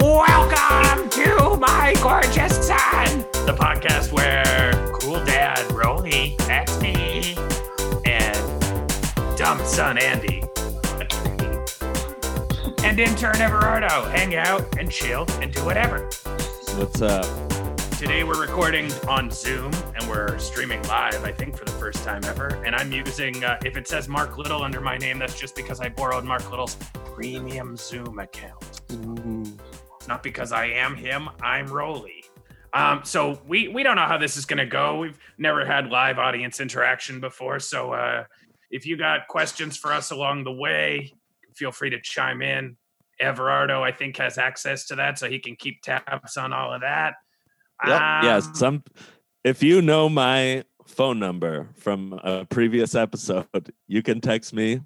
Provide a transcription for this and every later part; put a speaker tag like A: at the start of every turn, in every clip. A: Welcome to My Gorgeous Son, the podcast where cool dad Roly, that's me, and dumb son Andy, and intern Everardo hang out and chill and do whatever.
B: What's up?
A: Today we're recording on Zoom and we're streaming live, I think, for the first time ever. And I'm using, uh, if it says Mark Little under my name, that's just because I borrowed Mark Little's premium Zoom account.
B: Mm-hmm.
A: It's not because I am him. I'm Roly. Um, so we we don't know how this is going to go. We've never had live audience interaction before. So uh, if you got questions for us along the way, feel free to chime in. Everardo, I think, has access to that, so he can keep tabs on all of that.
B: Yep. yeah,
A: Um,
B: some if you know my phone number from a previous episode, you can text me.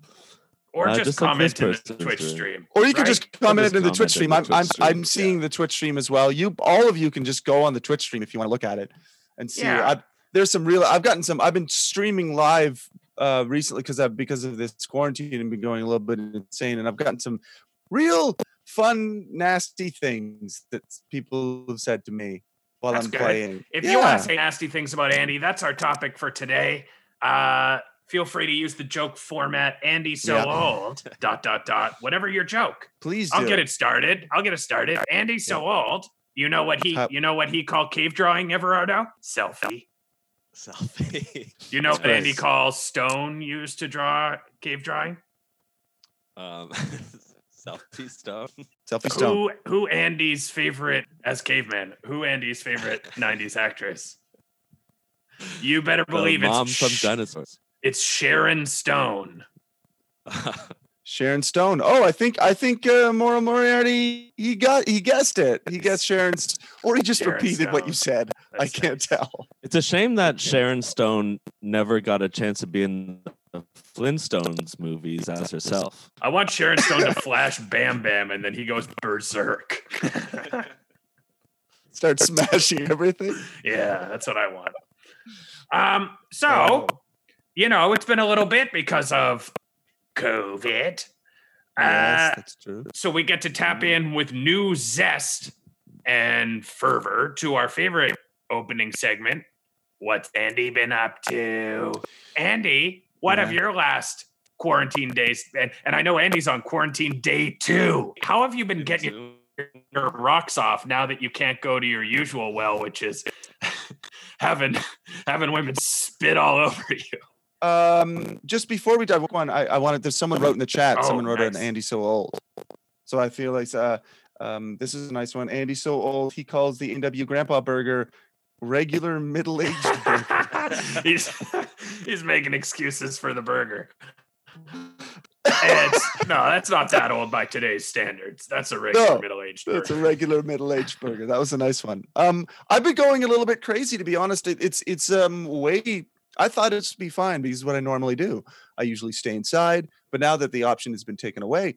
A: or
B: uh,
A: just,
B: just like
A: comment
B: this
A: in the
B: person's
A: Twitch
B: doing.
A: stream,
C: Or you can
A: right?
C: just comment
B: just
C: in the
B: comment in
C: Twitch stream.
B: the
C: I'm,
B: Twitch
C: I'm,
B: stream,
C: I'm seeing the Twitch stream as well. You, all of you, can just go on the Twitch stream if you want to look at it and see.
A: Yeah.
C: I, there's some real. I've gotten some. I've been streaming live uh, recently because I've because of this quarantine and been going a little bit insane. And I've gotten some real fun, nasty things that people have said to me while
A: That's
C: I'm
A: good.
C: playing.
A: If you want
C: Yeah.
A: to say nasty things about Andy, that's our topic for today. Uh, feel free to use the joke format. Andy so
C: Yeah.
A: old. Dot dot dot. Whatever your joke,
C: please do.
A: I'll get it started. I'll get it started. Andy so old. You know what he?
C: Uh,
A: You know what he called cave drawing, Everardo? Selfie.
B: Selfie.
A: You know
B: That's
A: what Andy
B: gross.
A: calls stone used to draw cave drawing?
B: Um, selfie stuff.
C: Selfie stone.
A: Who? Who Andy's favorite as caveman? Who Andy's favorite '90s actress? You better believe
B: the
A: it's
B: mom from
A: Sh-
B: dinosaurs.
A: It's Sharon Stone.
C: Sharon Stone. Oh, I think I think uh, Mauro Moriarty he got he guessed it. He guessed Sharon's, or he just
A: Sharon
C: repeated what you said. I
A: That's
C: can't
A: nice.
C: tell.
B: it's a shame that Sharon Stone never got a chance to be in the Flintstones movies as herself.
A: I want Sharon Stone to flash Bam Bam, and then he goes berserk.
C: Start smashing everything.
A: yeah, that's what I want. Um, so you know, it's been a little bit because of COVID. Uh,
C: that's true.
A: so we get to tap in with new zest and fervor to our favorite opening segment. What's Andy been up to? Andy, what have
C: Yeah.
A: your last quarantine days and and I know Andy's on quarantine day two. How have you been getting your your rocks off now that you can't go to your usual well, which is having having women spit all over you.
C: Um, just before we dive one, I, I wanted. There's someone wrote in the chat.
A: Oh,
C: someone wrote an
A: nice.
C: Andy so old. So I feel like uh, um, this is a nice one. Andy so old. He calls the NW Grandpa Burger regular middle aged burger.
A: he's he's making excuses for the burger. And it's- no, that's not that old by today's standards. That's a regular
C: No,
A: middle-aged
C: That's a
A: burger.
C: regular middle-aged burger. That was a nice one. Um, I've been going a little bit crazy to be honest. It, it's it's um way I thought it'd be fine because what I normally do. I usually stay inside, but now that the option has been taken away,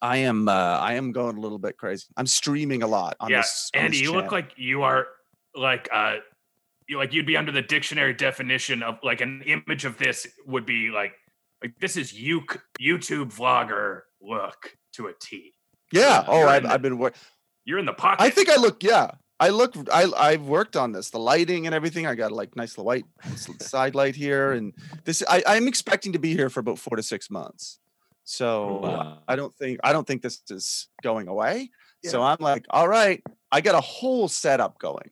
C: I am uh, I am going a little bit crazy. I'm streaming a lot on
A: Yeah,
C: this. on
A: Andy,
C: this
A: you
C: channel.
A: look like you are like uh you like you'd be under the dictionary definition of like an image of this would be like like this is you YouTube vlogger look to a T.
C: yeah. Oh,
A: you're
C: I've,
A: in
C: I've been work.
A: You're in the pocket.
C: I think I look. Yeah, I look. I I've worked on this. The lighting and everything. I got like nice little white s- side light here, and this. I I'm expecting to be here for about four to six months. So uh,
B: Wow.
C: I don't think I don't think this is going away. So I'm like, all right, I got a whole setup going.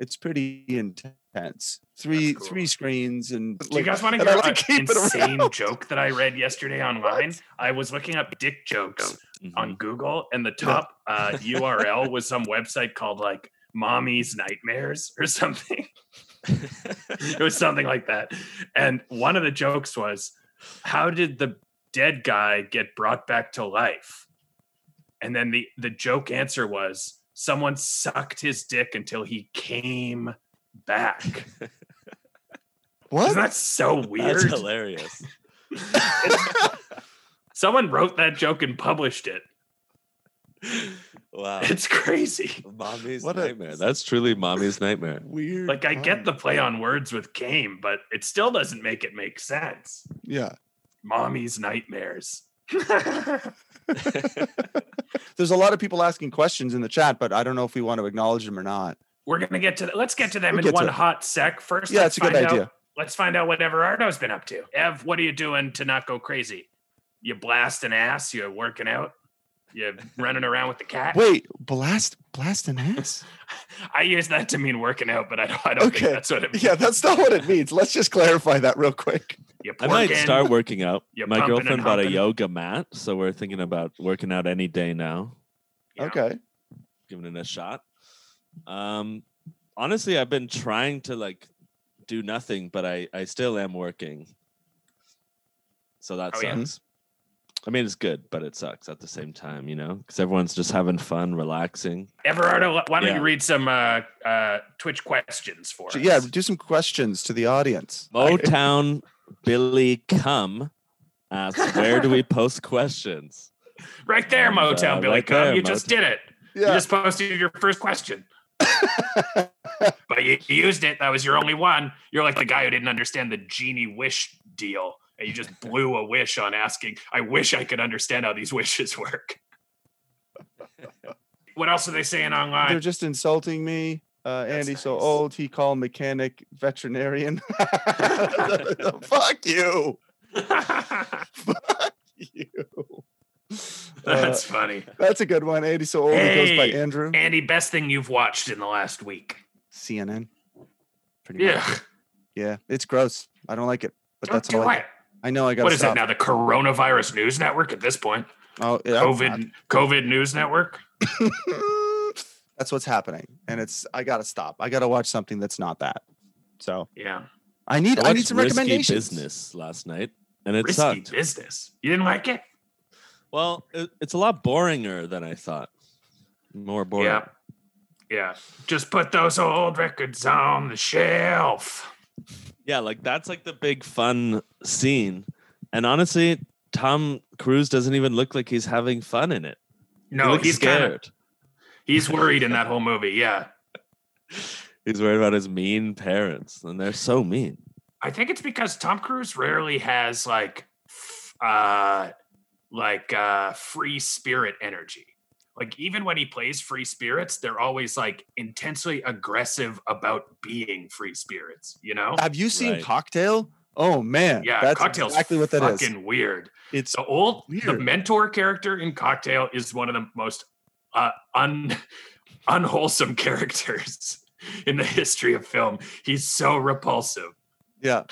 C: It's pretty intense. Three
A: cool.
C: three screens and
A: Do you guys want to
C: and I
A: hear
C: like to
A: an
C: keep it
A: insane
C: around.
A: joke that I read yesterday online? I was looking up dick jokes
B: Mm-hmm. Mm.
A: on Google, and the top uh, URL was some website called like "Mommy's Nightmares" or something. it was something like that. And one of the jokes was, "How did the dead guy get brought back to life?" And then the the joke answer was, "Someone sucked his dick until he came back." Isn't
C: what?
A: that so weird?
B: That's hilarious.
A: Someone wrote that joke and published it.
B: Wow.
A: It's crazy.
B: mommy's
C: What a-
B: nightmare. That's truly mommy's nightmare.
C: Weird.
A: Like I get
C: time.
A: the play on words with came, but it still doesn't make it make sense.
C: yeah.
A: Mommy's nightmares. That's
C: There's a lot of people asking questions in the chat, but I don't know if we want to acknowledge them or not.
A: We're gonna get to that. Let's get to them
C: We'll
A: in
C: get to
A: one
C: it.
A: hot sec. First,
C: Yeah,
A: let's
C: it's a good
A: find out-
C: idea.
A: Let's find out what Everardo's been up to. Ev, what are you doing to not go crazy? You blasting ass? You working out? You running around with the cat?
C: Wait, blast blast an ass?
A: I use that to mean working out, but I don't, I don't
C: Okay.
A: think that's what it means.
C: yeah, that's not what it means. Let's just clarify that real quick.
A: You
B: I might
A: porking.
B: start working out.
A: You're
B: My
A: pumping and
B: girlfriend bought a
A: humping.
B: yoga mat, so we're thinking about working out any day now,
A: Yeah.
C: Okay.
B: giving it a shot. Um, honestly, I've been trying to like do nothing, but I I still am working. So that
A: Oh, yeah.
B: sucks. I mean, it's good, but it sucks at the same time, you know, because everyone's just having fun, relaxing.
A: Everardo, why don't
B: Yeah.
A: you read some uh, uh, Twitch questions for
C: So,
A: us?
C: yeah, do some questions to the audience.
B: Motown Billy Cum asks, "Where do we post questions?"
A: right there,
B: And,
A: Motown
B: uh,
A: Billy.
B: right
A: Cum.
B: there,
A: "Oh, you just
B: Motown.
A: did it. You
C: Yeah.
A: just posted your first question, but you you used it. That was your only one. You're like the guy who didn't understand the genie wish deal, and you just blew a wish on asking. I wish I could understand how these wishes work. what else are they saying
C: They're
A: online?
C: just insulting me. Uh,
A: That's
C: Andy, so
A: nice.
C: old, he called mechanic veterinarian. Fuck you. uh, You. Uh,
A: That's funny.
C: that's a good one. Andy, so old, he goes
A: Hey,
C: by Andrew.
A: Andy, best thing you've watched in the last week?
C: CNN. Pretty
A: Yeah,
C: Much. Yeah. It's gross. I don't like it, but
A: don't
C: that's
A: do
C: all I,
A: it.
C: I know. I got
A: What
C: to
A: is
C: stop.
A: it now? The Coronavirus News Network at this point?
C: Oh, yeah,
A: COVID, COVID News Network.
C: that's what's happening, and it's I got to stop. I got to watch something that's not that. So
A: Yeah,
C: I need I, need
B: watched
C: some
B: Risky
C: recommendations.
B: Business last night, and it
A: risky
B: sucked.
A: business. You didn't like it?
B: Well, it, it's a lot boringer than I thought. More boring.
A: Yeah, yeah. Just put those old records on the shelf.
B: Yeah, like that's like the big fun scene. And honestly, Tom Cruise doesn't even look like he's having fun in it. he
A: No,
B: looks
A: he's
B: scared.
A: kind of he's worried in that whole movie. Yeah,
B: He's worried about his mean parents, and they're so mean.
A: I think it's because Tom Cruise rarely has like, f- uh, like uh, free spirit energy. Like even when he plays free spirits, they're always like intensely aggressive about being free spirits. You know?
C: Have you seen
B: Right.
C: Cocktail? Oh man,
A: Yeah,
C: that's
A: cocktails
C: exactly what that is.
A: fucking weird.
C: It's
A: The old the
C: Weird.
A: mentor character in Cocktail is one of the most uh, un unwholesome characters in the history of film. He's so repulsive.
C: yeah,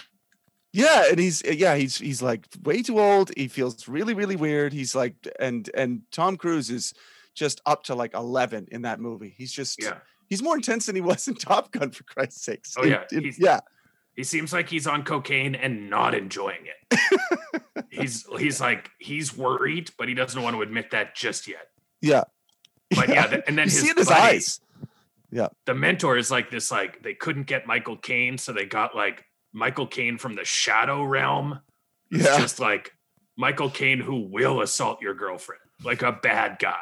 C: yeah, and he's yeah he's he's like way too old. He feels really really weird. He's like and and Tom Cruise is just up to like eleven in that movie. He's just
A: Yeah.
C: he's more intense than he was in Top Gun for Christ's sakes.
A: Oh,
C: In-
A: yeah,
C: in-
A: he's-
C: yeah,
A: He seems like he's on cocaine and not enjoying it. he's he's like he's worried, but he doesn't want to admit that just yet.
C: yeah.
A: But yeah, th- and then
C: you
A: his,
C: see it in his
A: buddy,
C: eyes.
A: the mentor is like this like they couldn't get Michael Caine, so they got like Michael Caine from the shadow realm. It's
C: Yeah,
A: just like Michael Caine who will assault your girlfriend. like a bad guy.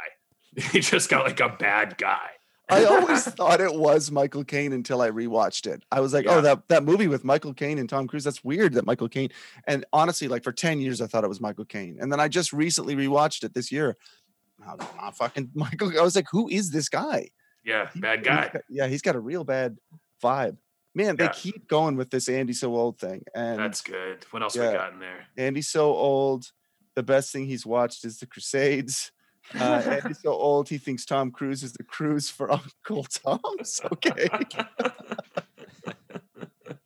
A: He just got like a bad guy.
C: I always thought it was Michael Caine until I rewatched it. I was like,
A: Yeah.
C: oh, that that movie with Michael Caine and Tom Cruise. That's weird that Michael Caine. And honestly, like for ten years, I thought it was Michael Caine, and then I just recently rewatched it this year. I was like, "Nah, fucking Michael. I was like, who is this guy?
A: Yeah, bad
C: He's
A: guy.
C: got- yeah, he's got a real bad vibe. Man, they
A: Yeah.
C: keep going with this Andy so old thing, and
A: That's good. What else
C: Yeah.
A: we got in there?
C: Andy so old. The best thing he's watched is the Crusades. Uh, Andy's so old he thinks Tom Cruise is the cruise for Uncle Tom's. Okay.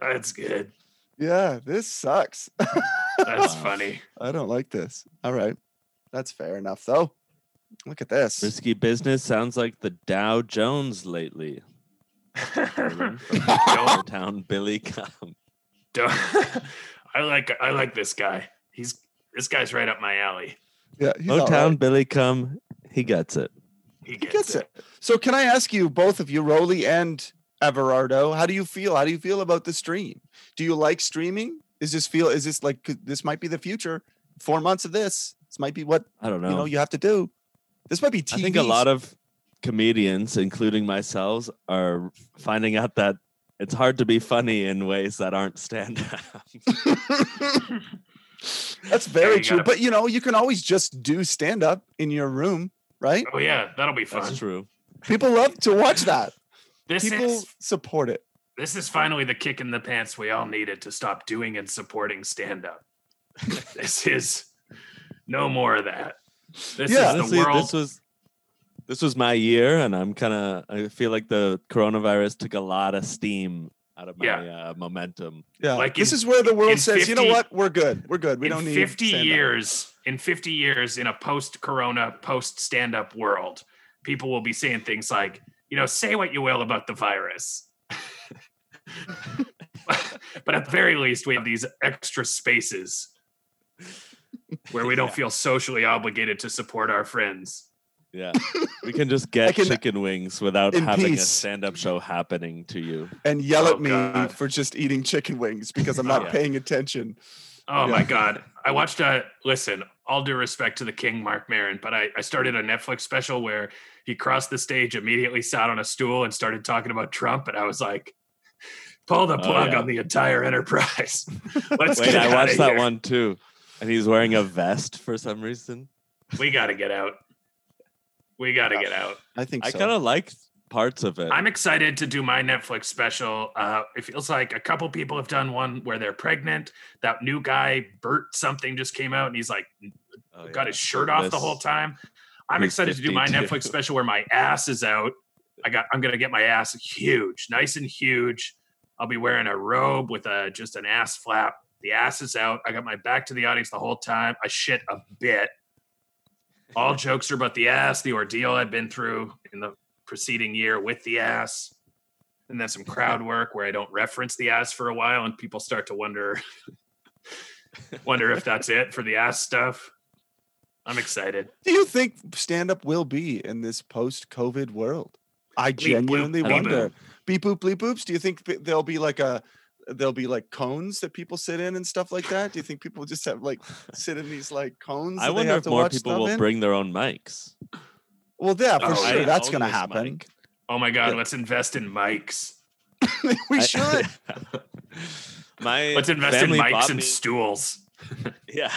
A: That's good.
C: Yeah, this sucks.
A: That's
B: Wow.
A: funny.
C: I don't like this. All right. That's fair enough, though. Look at this.
B: Risky business sounds like the Dow Jones lately. From Town Billy Cum.
A: Don't- I like I like this guy. He's this guy's right up my alley.
C: Yeah, he's all
B: Motown
C: right.
B: Billy Cum. He gets it.
A: He
C: He
A: gets,
C: gets
A: it.
C: it. So, can I ask you, both of you, Roly and Everardo, how do you feel? How do you feel about the stream? Do you like streaming? Is this feel? Is this like could- this might be the future? Four months of this. This might be what
B: I don't know.
C: you know you have to do. This might be TV.
B: I think a lot of comedians, including myself, are finding out that it's hard to be funny in ways that aren't stand up.
C: That's very
A: you
C: true.
A: gotta-
C: But you know, you can always just do stand up in your room, right?
A: Oh yeah, that'll be fun.
B: That's true.
C: People love to watch that.
A: This
C: People
A: is
C: support it.
A: this is finally the kick in the pants we all needed to stop doing and supporting stand up. this is no more of that. This is
C: Yeah.
B: Honestly,
A: the world.
B: this was this was my year, and I'm kind of I feel like the coronavirus took a lot of steam out of my
A: Yeah.
B: uh, momentum.
C: Yeah.
A: Like
C: this
A: in-
C: is where the
A: in
C: world says, you know
A: 50
C: what? We're good. We're good. We
A: in
C: don't need
A: 50
C: stand-up."
A: years in 50 years in a post-corona post-stand-up world people will be saying things like you know say what you will about the virus but at the very least we have these extra spaces where we don't feel socially obligated to support our friends
B: Yeah, we can just get
C: can-
B: chicken wings without
C: in
B: having a
C: peace.
B: stand-up show happening to you.
C: And yell
A: Oh,
C: at me
A: God.
C: for just eating chicken wings because I'm not
B: Yeah.
C: paying attention.
A: oh
C: Yeah.
A: my god i watched a listen all due respect to the king mark marin but I, I started a netflix special where he crossed the stage immediately sat on a stool and started talking about trump and i was like pull the
B: Oh,
A: plug
B: yeah.
A: on the entire enterprise let's
B: Wait,
A: get
B: I
A: outta
B: watched that
A: here.
B: one too, and he's wearing a vest for some reason.
A: we gotta get out we gotta get out
C: I think
B: I
C: so.
B: kind of liked parts of it.
A: i'm excited to do my netflix special uh it feels like a couple people have done one where they're pregnant that new guy bert something just came out and he's like
B: Oh,
A: got
B: yeah.
A: his shirt off the
B: This-
A: whole time. I'm
B: he's
A: excited to do my
B: 52.
A: Netflix special where my ass is out. I got I'm gonna get my ass huge, nice and huge. I'll be wearing a robe with a just an ass flap. The ass is out. I got my back to the audience the whole time. I shit a bit. All jokes are about the ass, the ordeal I've been through in the preceding year with the ass. And then some crowd work where I don't reference the ass for a while and people start to wonder wonder if that's it for the ass stuff. I'm excited.
C: do you think stand up will be in this post COVID world? I
A: Bleep, bloop,
C: genuinely
A: bleep,
C: wonder. Beep boop bleep boops. Do you think th- there'll be like a there'll be like cones that people sit in and stuff like that? Do you think people just have like sit in these like cones?
B: I
C: that they
B: wonder
C: have
B: if
C: to
B: more
C: watch
B: people
C: stuff
B: will
C: in?
B: bring their own mics.
C: Well, yeah, for
A: Oh,
C: sure
A: yeah.
C: that's
B: Own
C: gonna
B: this
C: happen.
B: mic.
A: Oh my god, let's invest in mics.
C: we
B: I-
C: should.
B: My
A: Let's invest in
B: family
A: mics
B: bought
A: and
B: me-
A: stools.
B: yeah,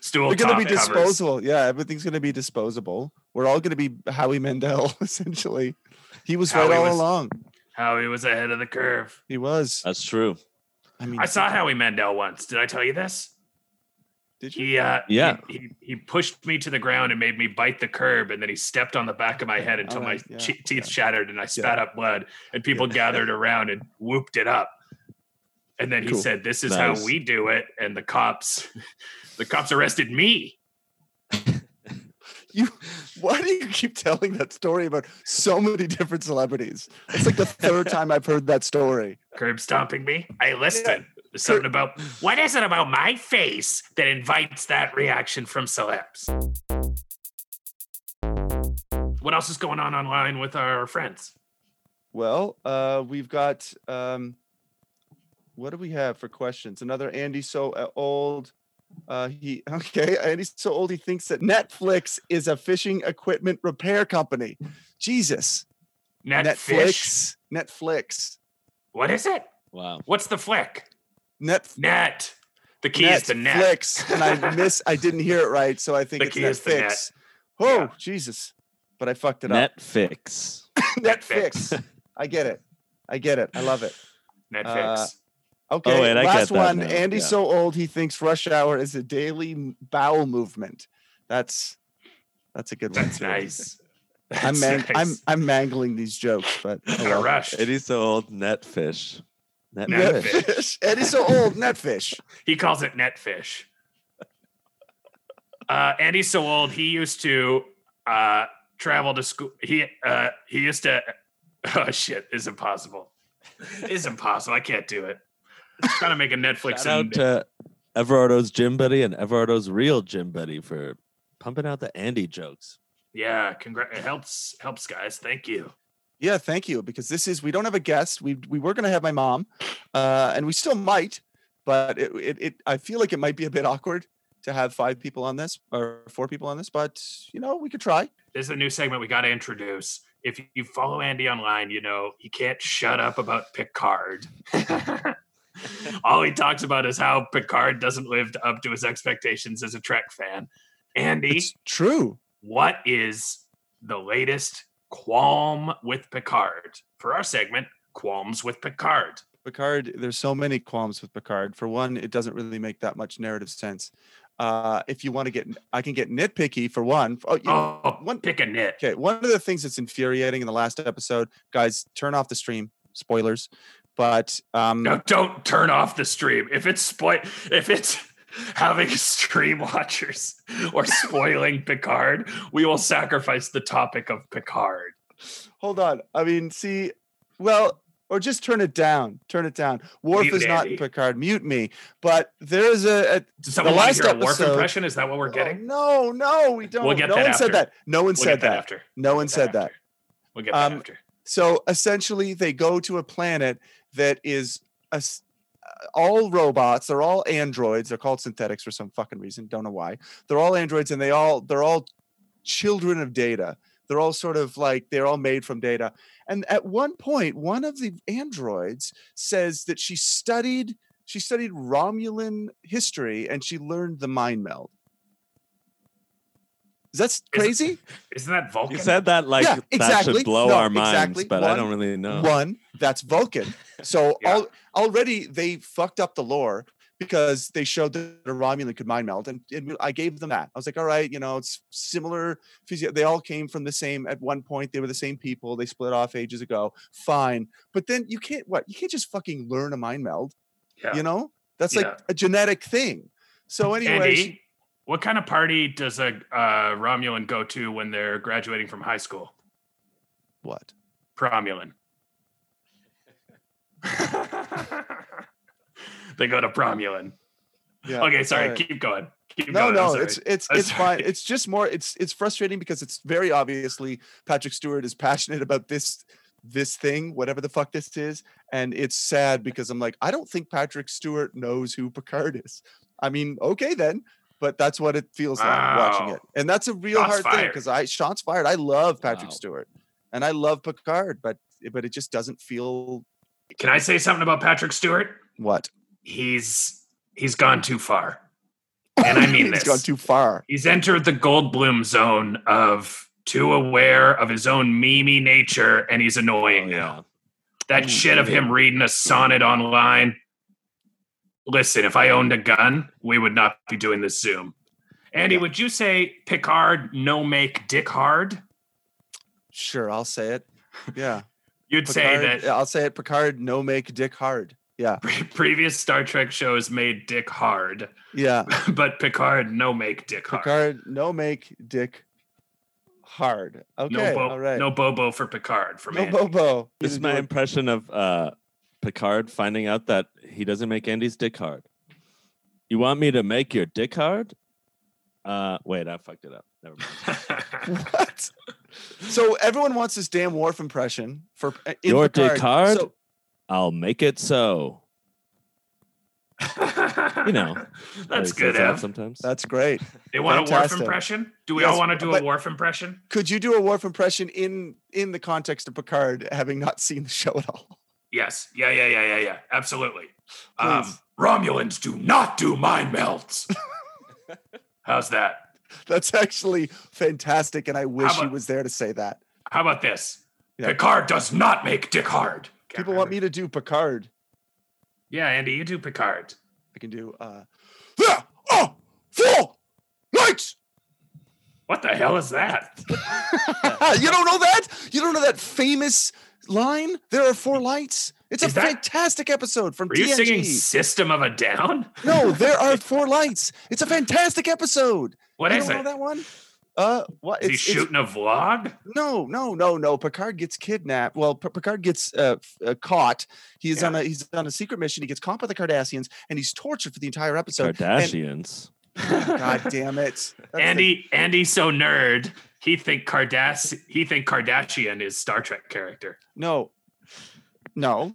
A: Stool
C: They're gonna
A: top
C: be
A: covers.
C: disposable. Yeah, everything's gonna be disposable. We're all gonna be Howie Mandel essentially. He was right
A: Howie
C: all
A: was-
C: along.
A: Howie was ahead of the curve.
C: He was.
B: that's true.
C: I mean,
A: I saw Howie Mandel once. Did I tell you this?
C: did you?
A: He uh
B: Yeah.
A: he, he, he pushed me to the ground and made me bite the curb and then he stepped on the back of my head until
C: Alright,
A: my
C: Oh, yeah,
A: che- teeth shattered and I spat up blood and people gathered around and whooped it up. And then he
C: Cool.
A: said, "This is
B: Nice.
A: how we do it." And the cops the cops arrested me.
C: You why do you keep telling that story about so many different celebrities? It's like the third time I've heard that story.
A: curb stomping me. I listen. There's something about what is it about my face that invites that reaction from celebs? What else is going on online with our friends?
C: Well, uh, we've got um, what do we have for questions? Another Andy so uh, old Uh, he okay, and he's so old he thinks that Netflix is a fishing equipment repair company. Jesus,
A: Netflix.
C: Netflix, Netflix,
A: What is it?
B: Wow.
A: What's the flick?
C: Net,
A: Net. The key is the net.
C: Netflix, and I miss. I didn't hear it right, so I think
A: The
C: it's
A: key is the net.
C: Netflix. Oh
A: Yeah.
C: Jesus, but I fucked it up.
B: Netflix.
C: Netflix. I get it. I get it. I love it.
A: Netflix.
C: Uh, Okay,
B: Oh, wait, I get
C: last
B: that
C: one.
B: now.
C: Andy's
B: Yeah.
C: so old he thinks rush hour is a daily m- bowel movement. That's that's a good one.
A: That's
C: too.
A: nice. That's
C: I'm man- I'm
A: nice.
C: I'm mangling these jokes, but oh I
A: Kinda
C: love it.
A: rushed.
B: It is so old. Netfish.
A: Net-
B: Netfish.
C: Netfish. Andy's so old. Netfish.
A: He calls it netfish. Uh, and he's so old. He used to uh, travel to school. He uh, he used to. Oh shit! Is impossible. It's impossible. I can't do it. I'm trying to make a Netflix.
B: Shout out
A: and,
B: to Everardo's gym buddy and Everardo's real gym buddy for pumping out the Andy jokes.
A: yeah, congr- it helps helps guys. Thank you.
C: Yeah, thank you. Because this is we don't have a guest. We we were gonna have my mom, uh, and we still might, but it, it it I feel like it might be a bit awkward to have five people on this or four people on this, but you know we could try.
A: This is a new segment we got to introduce. If you follow Andy online, you know he can't shut up about Picard. All he talks about is how Picard doesn't live up to his expectations as a Trek fan. Andy,
C: It's true.
A: what is the latest qualm with Picard for our segment? Qualms with Picard.
C: Picard, there's so many qualms with Picard. For one, it doesn't really make that much narrative sense. Uh, if you want to get, I can get nitpicky for one. Oh, you-
A: Oh,
C: one-
A: pick a nit.
C: okay. One of the things that's infuriating in the last episode, guys, turn off the stream. Spoilers, but um,
A: No, don't turn off the stream. If it's spoil, if it's having stream watchers or spoiling Picard, we will sacrifice the topic of Picard.
C: hold on. I mean, see, well, or just turn it down. Turn it down. Worf
A: Mute
C: is not
A: Andy.
C: in Picard. Mute me. But there is a, a
A: Does someone want
C: last
A: to hear a Worf
C: episode-
A: impression? Is that what we're
C: oh,
A: getting?
C: no, no, we don't.
A: get
C: no
A: that
C: one
A: after.
C: said that. No one
A: We'll
C: said
A: get that,
C: that.
A: after.
C: No one said that.
A: after. We'll get that
C: Um,
A: after.
C: So essentially, they go to a planet that is a s- uh, all robots. They're all androids. They're called synthetics for some fucking reason. Don't know why. They're all androids, and they all they're all children of data. They're all sort of like they're all made from data. And at one point, one of the androids says that she studied she studied Romulan history and she learned the mind meld. Is that s- crazy?
A: Isn't that Vulcan?
B: You said that like
C: Yeah,
B: that
C: exactly.
B: should blow
C: No,
B: our minds,
C: exactly.
B: but I
C: One-
B: don't really know.
C: One, that's Vulcan. So
A: Yeah.
C: al- already they fucked up the lore because they showed that a Romulan could mind meld, and, and I gave them that. I was like, all right, you know, it's similar. Physio- they all came from the same. At one point, they were the same people. They split off ages ago. Fine, but then you can't what? You can't just fucking learn a mind meld.
A: Yeah.
C: You know, that's like
A: Yeah.
C: a genetic thing. So, anyways,
A: Andy, what kind of party does a uh, Romulan go to when they're graduating from high school?
C: what?
A: Promulan. they go to Promulan.
C: Yeah,
A: Okay, sorry.
C: alright.
A: Keep going. Keep
C: no,
A: going. I'm
C: no,
A: sorry.
C: it's it's
A: I'm
C: it's fine.
A: sorry.
C: It's just more. It's it's frustrating because it's very obviously Patrick Stewart is passionate about this this thing, whatever the fuck this is, and it's sad because I'm like, I don't think Patrick Stewart knows who Picard is. I mean, okay then, but that's what it feels like watching
A: Wow.
C: it, and that's a real
A: Shots
C: hard thing
A: fired.
C: because I shots fired. I love Patrick
B: Wow.
C: Stewart, and I love Picard, but but it just doesn't feel
A: Can I say something about Patrick Stewart?
C: what
A: He's he's gone too far, and I mean
C: it's
A: this.
C: gone too far.
A: he's entered the Goldblum zone of too aware of his own memey nature, and he's
B: Oh,
A: annoying now.
B: yeah.
A: That shit of him reading a sonnet online. Listen, if I owned a gun, we would not be doing this Zoom. Andy,
C: Yeah.
A: would you say Picard no make dick hard?
C: Sure, I'll say it. Yeah.
A: You'd say
C: Picard-
A: that
C: I'll say it. Picard, no make dick hard. Yeah,
A: pre- previous Star Trek shows made dick hard,
C: yeah.
A: but Picard no make dick hard.
C: Picard, no make dick hard. Okay,
A: no, bo-
C: all right.
A: no bobo for Picard for
C: no
A: me.
C: Bobo.
B: This is
C: Either
B: my
C: do it-
B: impression of uh, Picard finding out that he doesn't make Andy's dick hard. You want me to make your dick hard? Uh, wait, I fucked it up. Never mind.
C: what? So everyone wants this damn Worf impression for uh, in
B: Your dick
C: Picard.
B: hard?
C: So,
B: I'll make it so. you know,
A: That's
B: how he says
A: good,
B: that
A: Ev.
B: Sometimes
C: That's great.
A: They want a
C: fantastic.
A: wharf impression? Do we
C: Yes,
A: all want to do
C: but-
A: a wharf impression?
C: Could you do a Worf impression in in the context of Picard, having not seen the show at all?
A: Yes. Yeah, yeah, yeah, yeah, yeah. Absolutely. Um,
C: Please.
A: Romulans do not do mind melts. How's that?
C: That's actually fantastic, and I wish he
A: about-
C: was there to say that.
A: How about this?
C: Yeah.
A: Picard does not make Dick hard. Can't
C: People want
A: remember.
C: me to do Picard.
A: Yeah, Andy, you do Picard.
C: I can do uh there are Oh! four knights.
A: What the hell is that?
C: you don't know that? You don't know that famous line? There are four lights. It's a
A: Is that-
C: fantastic episode from
A: Were you
C: TNG.
A: singing System of a Down?
C: No, there are four lights. It's a fantastic episode.
A: What
C: you
A: is
C: don't know
A: it?
C: that one? Uh, what?
A: Is he
C: it's- it's-
A: shooting a vlog?
C: No, no, no, no. Picard gets kidnapped. Well, P- Picard gets uh, f- uh, caught. He's
A: Yeah.
C: on a he's on a secret mission. He gets caught by the Kardashians, and he's tortured for the entire episode. And-
B: Kardashians.
C: Oh, God damn it, That's the-
A: Andy, Andy, so nerd. He think Kardas- He think Kardashian is Star Trek character.
C: No, no,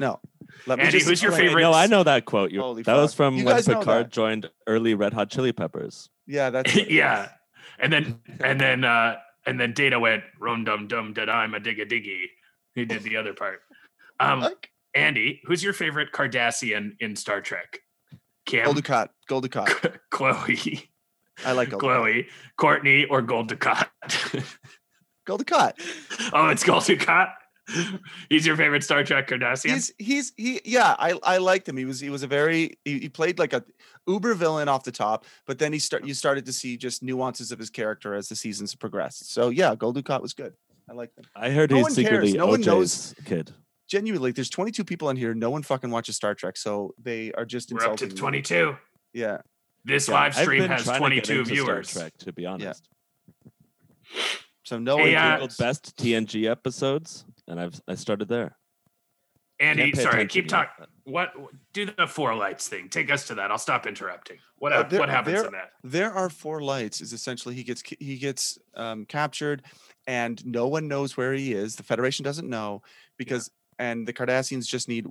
C: no. Let
A: Andy, who's your
C: explain.
A: favorite-
B: No, I know that quote. You,
C: Holy
B: that was
C: fuck.
B: from
C: You
B: when
C: guys know
B: Picard
C: that.
B: joined early Red Hot Chili Peppers.
C: Yeah, that's what it
A: yeah,
C: is.
A: and then and then uh and then Data went rom dum dum da dime a digga diggy. He did the other part. Um,
C: Like,
A: Andy, who's your favorite Cardassian in Star Trek? Cam,
C: Golducott, Golducott.
A: Chloe,
C: I like Golducott.
A: Chloe, Courtney, or Gold Ducat?
C: Golducott.
A: oh, it's Gold Ducat. He's your favorite Star Trek Cardassian.
C: He's he's he. Yeah, I I liked him. He was he was a very he, he played like a uber villain off the top, but then he start you started to see just nuances of his character as the seasons progressed. So yeah, Golducott was good. I like him.
B: I heard
C: No one
B: he's
C: cares.
B: secretly
C: No one
B: OJ's
C: knows.
B: kid.
C: Genuinely, there's 22 people on here. No one fucking watches Star Trek, so they are just
A: We're up to
C: insulting. me.
A: 22.
C: Yeah,
A: This
B: Yeah,
A: live
B: I've
A: stream
B: been
A: has
B: trying to get
A: 22
B: into Star
A: viewers.
B: Trek, to be honest.
C: so no
A: Hey,
C: one.
A: uh,
C: cares.
B: Googled best TNG episodes, and I've I started there.
A: Andy,
B: Can't pay
A: sorry,
B: attention
A: keep
B: yet,
A: talking.
B: but
A: What do the four lights thing? Take us to that. I'll stop interrupting. What
C: Uh,
A: hap-
C: there-
A: what happens
C: there-
A: in that?
C: there are four lights is essentially he gets ki- he gets um, captured and no one knows where he is the federation doesn't know because and the cardassians just need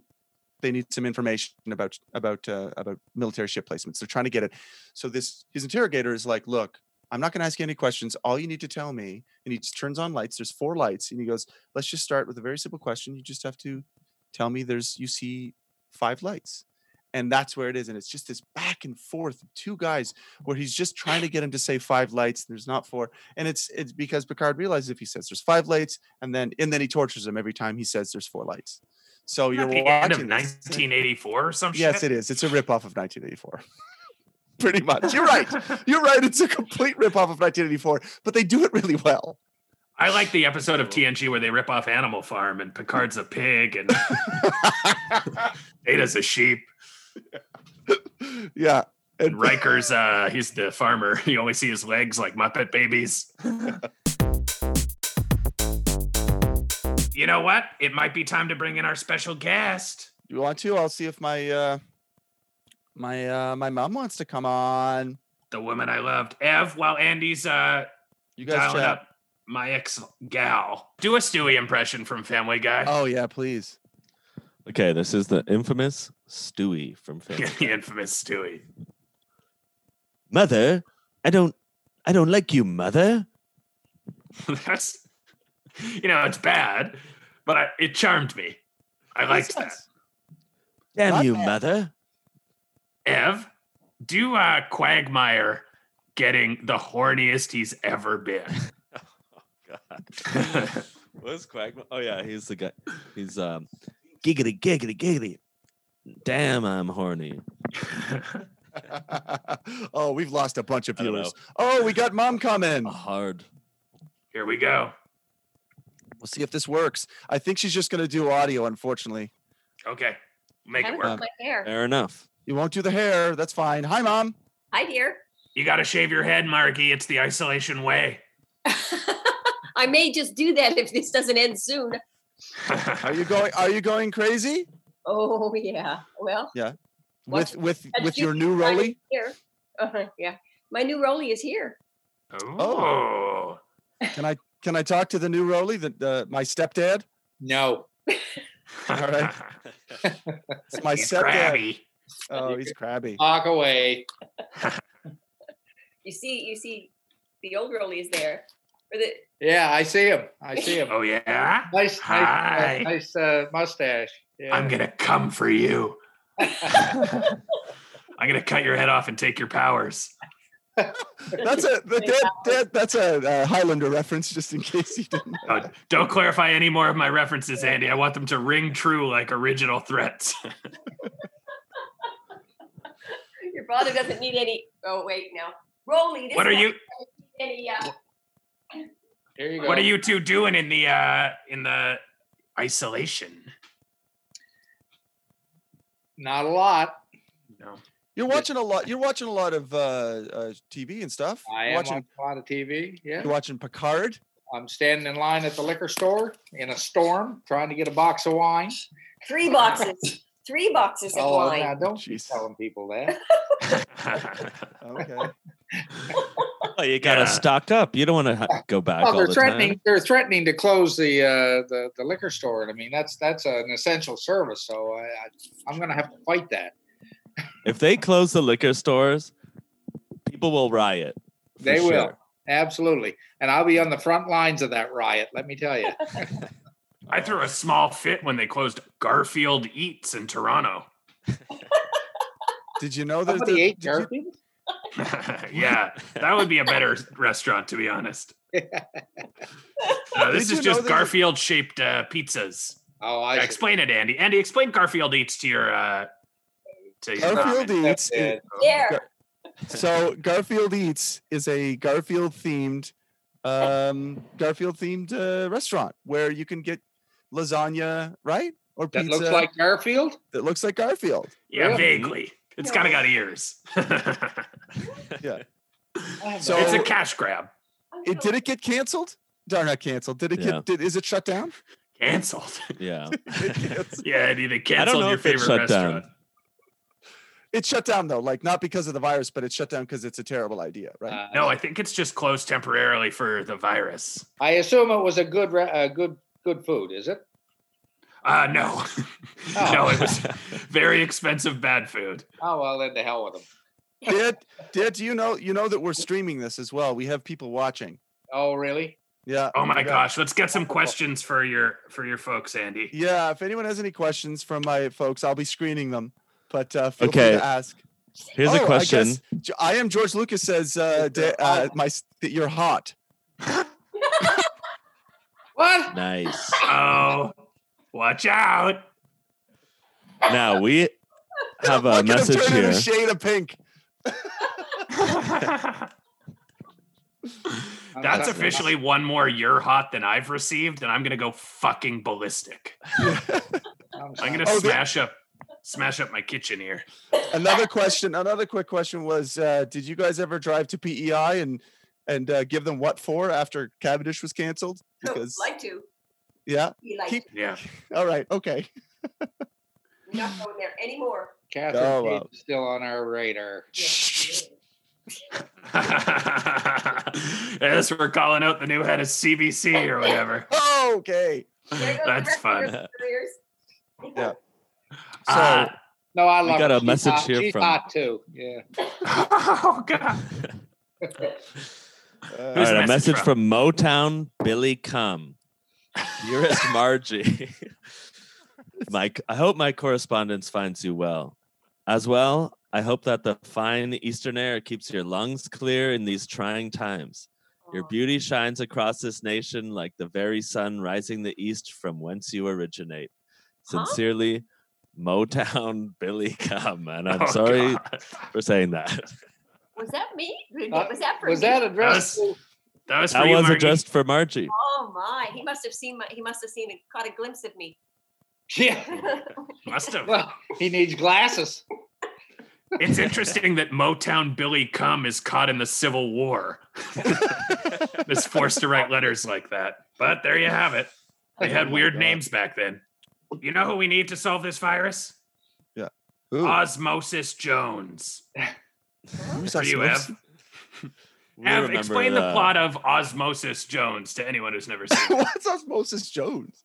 C: they need some information about about uh, about military ship placements they're trying to get it so this his interrogator is like look i'm not going to ask you any questions all you need to tell me and he just turns on lights there's four lights and he goes let's just start with a very simple question you just have to tell me there's you see five lights and that's where it is and it's just this back and forth of two guys where he's just trying to get him to say five lights. There's not four, and it's it's because Picard realizes if he says there's five lights, and then and then he tortures him every time he says there's four lights.
B: Oh,
C: So you're
A: At the end of
C: watching. this, it's like-
A: 1984 or some
C: yes,
A: Oh, shit.
C: it is. It's a ripoff of 1984. Pretty much. You're right. You're right. It's a complete ripoff of 1984, but they do it really well.
A: I like the episode of TNG where they rip off Animal Farm and Picard's a pig and Ada's a sheep
C: yeah.
A: and Riker's uh he's the farmer. You only see his legs like Muppet babies. you know what? It might be time to bring in our special guest.
C: You want to? I'll see if my uh my uh my mom wants to come on.
A: The woman I loved. Ev, while Andy's uh
C: You guys
A: dialing
C: chat.
A: up my ex gal. Do a Stewie impression from Family Guy.
C: Oh yeah, please.
B: Okay, this is the infamous Stewie from Family.
A: the infamous Stewie.
B: mother, I don't, I don't like you, mother.
A: That's you know, it's bad, but I, it charmed me. I liked that.
C: Yes.
B: Damn
C: Not
B: you,
C: bad.
B: mother.
A: Ev, do uh Quagmire getting the horniest he's ever been.
B: God. What's Quagmire? Oh yeah, he's the guy. He's um, giggity, giggity, giggity. Damn, I'm horny.
C: oh, we've lost a bunch of
B: I don't know.
C: viewers. Oh, we got mom coming.
B: Hard.
A: Here we go.
C: We'll see if this works. I think she's just gonna do audio, unfortunately. Um,
A: Okay. Make it
D: haven't cut
A: work.
D: my hair.
B: Fair enough.
C: You won't do the hair. That's fine. Hi, mom.
D: Hi, dear.
A: You gotta shave your head, Margie. It's the isolation way.
D: I may just do that if this doesn't end soon.
C: Are you going? Are you going crazy
D: Oh yeah. Well,
C: with with
D: That's
C: with
D: you
C: your
D: mine
C: new
D: is
C: rolly?
D: here. Uh-huh, yeah, my new rolly is here.
A: oh.
C: Can I can I talk to the new rolly? The, the my stepdad.
E: No.
C: All right. It's my
A: He's
C: stepdad.
A: crabby.
C: Oh, he's crabby.
E: Walk away.
D: You see, you see, the old girl is there. Or the,
E: Yeah, I see him. I see him.
A: Oh yeah,
E: Nice, nice,
A: Hi.
E: uh, nice uh, mustache. Yeah.
A: I'm gonna come for you. I'm gonna cut your head off and take your powers.
C: That's a the dead, dead, that's a uh, Highlander reference, just in case you didn't. know.
A: Oh, don't clarify any more of my references, Andy. I want them to ring true like original threats.
D: your brother doesn't need any. Oh wait, no. Rolly. This
A: what are
D: guy
A: you?
D: doesn't need Any, uh,
E: Here you go.
A: What are you two doing in the uh in the isolation?
E: Not a lot.
A: No.
C: You're watching a lot. You're watching a lot of uh, uh, TV and stuff.
E: I
C: You're
E: am
C: watching.
E: watching a lot of TV. Yeah.
C: You're watching Picard.
E: I'm standing in line at the liquor store in a storm trying to get a box of wine.
D: three boxes. Three boxes of
E: Oh,
D: wine.
E: now don't keep
C: Jeez.
E: telling people that.
C: Okay.
B: Oh, you gotta
A: Yeah.
B: stock up. You don't want to go back.
E: Well,
B: all
E: they're
B: the
E: threatening.
B: time.
E: They're threatening to close the, uh, the the liquor store. I mean, that's that's an essential service. So I, I, I'm going to have to fight that.
B: If they close the liquor stores, people will riot. for
E: They will.
B: sure.
E: Absolutely, and I'll be on the front lines of that riot. Let me tell you.
A: I threw a small fit when they closed Garfield Eats in Toronto.
C: Did you know that?
E: Somebody ate
C: did you-
E: Garfield?
A: yeah, that would be a better restaurant, to be honest. Uh, this is
C: Did you know
A: just
C: that-
A: Garfield shaped uh, pizzas.
E: Oh, I see.
A: Explain it, Andy. Andy, explain Garfield Eats to your. Uh, to your
C: Garfield
A: comment.
C: eats.
E: Yeah.
D: there.
C: So Garfield eats is a Garfield themed, um, Garfield themed uh, restaurant where you can get lasagna, right? Or
E: That
C: pizza
E: looks like Garfield.
C: that looks like Garfield.
A: Yeah,
E: Really?
A: vaguely. It's kind of got ears.
D: Oh,
C: So-
A: it's a cash grab.
C: It did it get canceled? Darn, not canceled. Did it
B: Yeah.
C: get? Did, is it shut down?
A: Canceled.
B: Yeah.
C: It canceled.
A: Yeah, Andy, they
B: I don't
A: canceled
B: know
A: your
B: if it
A: favorite
B: shut down.
A: restaurant.
C: It shut down though, like not because of the virus, but it shut down because it's a terrible idea, right?
E: Uh,
A: No, I think it's just closed temporarily for the virus.
E: I assume it was a good, re- uh, good, good food. Is it?
A: Uh no.
E: Oh.
A: no, it was very expensive bad food.
E: Oh well, then to hell with them.
C: Dad, Dad, do you know you know that we're streaming this as well? We have people watching.
E: Oh really?
C: Yeah.
A: Oh my
C: yeah.
A: gosh, let's get some questions for your for your folks, Andy.
C: Yeah. If anyone has any questions from my folks, I'll be screening them. But uh, feel
B: Okay.
C: free to ask.
B: Here's
C: Oh,
B: a question.
C: I, guess, J- I am George Lucas says uh, da- uh, my s- that you're hot.
E: What?
B: Nice.
A: Oh, watch out.
B: Now we have a
C: Look at him
B: message
C: turn in
B: here.
C: a shade of pink.
A: That's officially one more you're hot than I've received, and I'm gonna go fucking ballistic.
E: I'm
A: I'm gonna
C: Oh, the-
A: smash up smash up my kitchen here.
C: Another question. Another quick question was: uh, Did you guys ever drive to PEI and and uh, give them what for after Cavendish was canceled? Because
D: like to.
C: yeah.
D: He like
C: Keep-
D: to.
A: Yeah.
C: All right. Okay.
D: We're not going there anymore.
E: Catherine
C: Oh,
E: Tate
C: wow.
E: is still on our radar.
D: Yes,
A: yes, we're calling out the new head of CBC or whatever.
C: okay.
D: There goes the
A: That's
D: rest of
A: fun.
D: your careers.
C: So
A: Uh,
E: No, I
B: We
E: love
B: got
E: her.
B: a
E: She's
B: message
E: hot-
B: here
E: she's
B: from-
E: hot too. Yeah.
A: oh god.
C: uh,
B: All
A: Who's
B: right, a
A: message
B: message
A: from?
B: from Motown Billy Cum. Dearest Margie, Mike, I hope my correspondence finds you well. As well, I hope that the fine eastern air keeps your lungs clear in these trying times. Your
D: Oh,
B: beauty shines across this nation like the very sun rising the east from whence you originate.
D: Huh?
B: Sincerely, Motown Billy Cum. And I'm
A: Oh,
B: sorry
A: God.
B: for saying that.
D: Was that me?
E: Uh,
D: Was that for
E: Was
D: me?
E: that addressed?
A: That
E: to-
A: That was for
B: That
A: you,
B: was
A: Margie.
B: addressed for Margie.
D: Oh my! He must have seen my. He must have seen and caught a glimpse of me.
E: Yeah.
A: Must have.
E: Well, he needs glasses.
A: It's interesting that Motown Billy Cum is caught in the Civil War. Is forced to write letters like that. But there you have it. They
B: Oh
A: had weird names back then. You know who we need to solve this virus?
C: ooh,
A: Osmosis Jones.
C: who's
A: For you,
C: Osmosis?
A: Ev.
B: We
A: Ev,
B: remember
A: explain the plot of Osmosis Jones to anyone who's never seen it.
C: What's Osmosis Jones?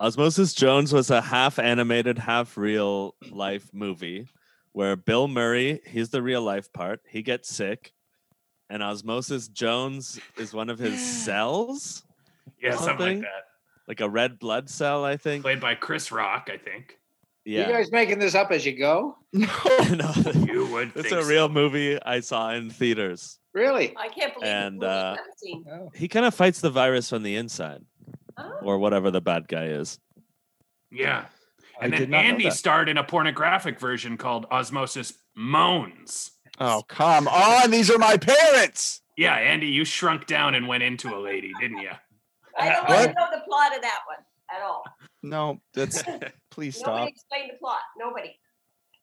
B: Osmosis Jones was a half animated, half real life movie where Bill Murray, he's the real life part, he gets sick, and Osmosis Jones is one of his cells,
A: Yeah, something,
B: Something?
A: like that.
B: like a red blood cell, I think.
A: Played by Chris Rock, I think.
B: Yeah.
E: You guys making this up as you go?
B: No,
A: You would
B: it's
A: think
B: a real movie I saw in theaters.
E: Really?
D: I can't believe
B: And,
D: the movie
B: uh,
D: I haven't seen.
E: Oh.
B: He kind of fights the virus from the inside,
D: Oh,
B: or whatever the bad guy is.
A: Yeah.
C: I
A: And
C: did
A: then
C: not know
A: Andy
C: that.
A: starred in a pornographic version called Osmosis Moans.
C: Oh, come on. These are my parents.
A: Yeah, Andy, you shrunk down and went into a lady, didn't you?
D: I don't want to know the plot of that one at all.
C: No, that's please
D: Nobody
C: stop.
D: explained the plot. Nobody.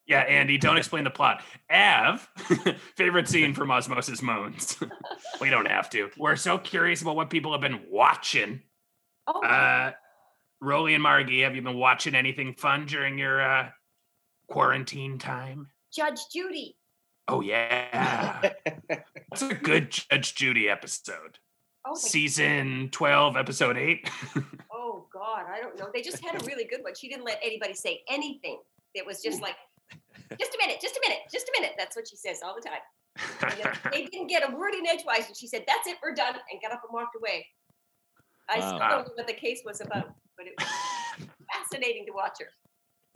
A: Yeah, Andy, don't explain the plot. Av, favorite scene from Osmosis Moans. we don't have to. We're so curious about what people have been watching.
D: Oh,
A: Uh, Rolly and Margie, have you been watching anything fun during your uh, quarantine time?
D: Judge Judy.
A: Oh, yeah. That's a good Judge Judy episode.
D: Oh, my-
A: Season 12, episode 8.
D: oh God, I don't know. They just had a really good one. She didn't let anybody say anything. It was just like, just a minute, just a minute, just a minute. That's what she says all the time. And then they didn't get a word in edgewise, and she said, "That's it, we're done," and got up and walked away. I still
B: Wow.
D: don't know what the case was about, but it was fascinating to watch her.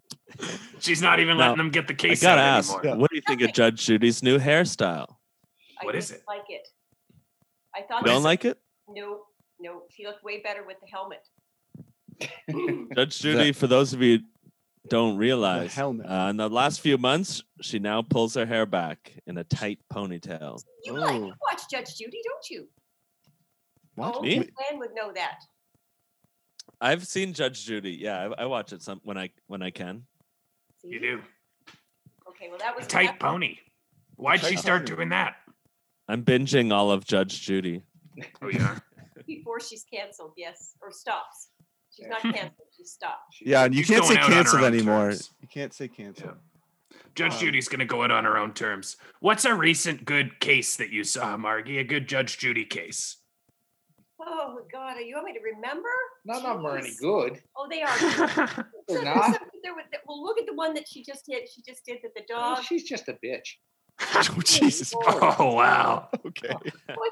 A: She's not even
B: Now,
A: letting them get the
B: I
A: case
B: gotta
A: out
B: ask,
A: anymore.
B: what do you think of Judge Judy's new hairstyle?
D: I
A: What is
D: didn't
A: it?
D: Like it. I thought.
B: Don't
D: this-
B: like it?
D: No, no. She looked way better with the helmet.
B: Judge Judy, for those of you who don't realize,
C: helmet.
B: uh, in the last few months, she now pulls her hair back in a tight ponytail.
D: You like
C: Oh.
D: you watch Judge Judy, don't you?
C: What?
D: Oh,
B: Me?
D: Glenn would know that.
B: I've seen Judge Judy. Yeah, I, I watch it some when I when I can.
D: See?
A: You do.
D: Okay, well that was
A: Tight pony. Why'd she
C: Tight
A: start
C: pony.
A: doing that?
B: I'm binging all of Judge Judy.
A: Oh, yeah.
D: before she's canceled. Yes, or stops. She's not canceled. She's stopped.
C: Yeah, and you
A: She's
C: can't say
A: going out on her
C: canceled
A: own
C: anymore.
A: terms.
C: You can't say canceled.
A: Judge
C: Um,
A: Judy's going to go it on her own terms. What's a recent good case that you saw, Margie? A good Judge Judy case?
D: Oh God, you want me to remember?
E: None of them are any
D: Jeez.
E: good.
D: Oh, they are. good.
E: They're
D: So there's
E: not.
D: something there with the- well, look at the one that she just did. She just did that the
E: Oh,
D: dog.
E: she's just a bitch.
C: Oh, Jesus.
A: oh, wow.
C: Okay.
D: Well,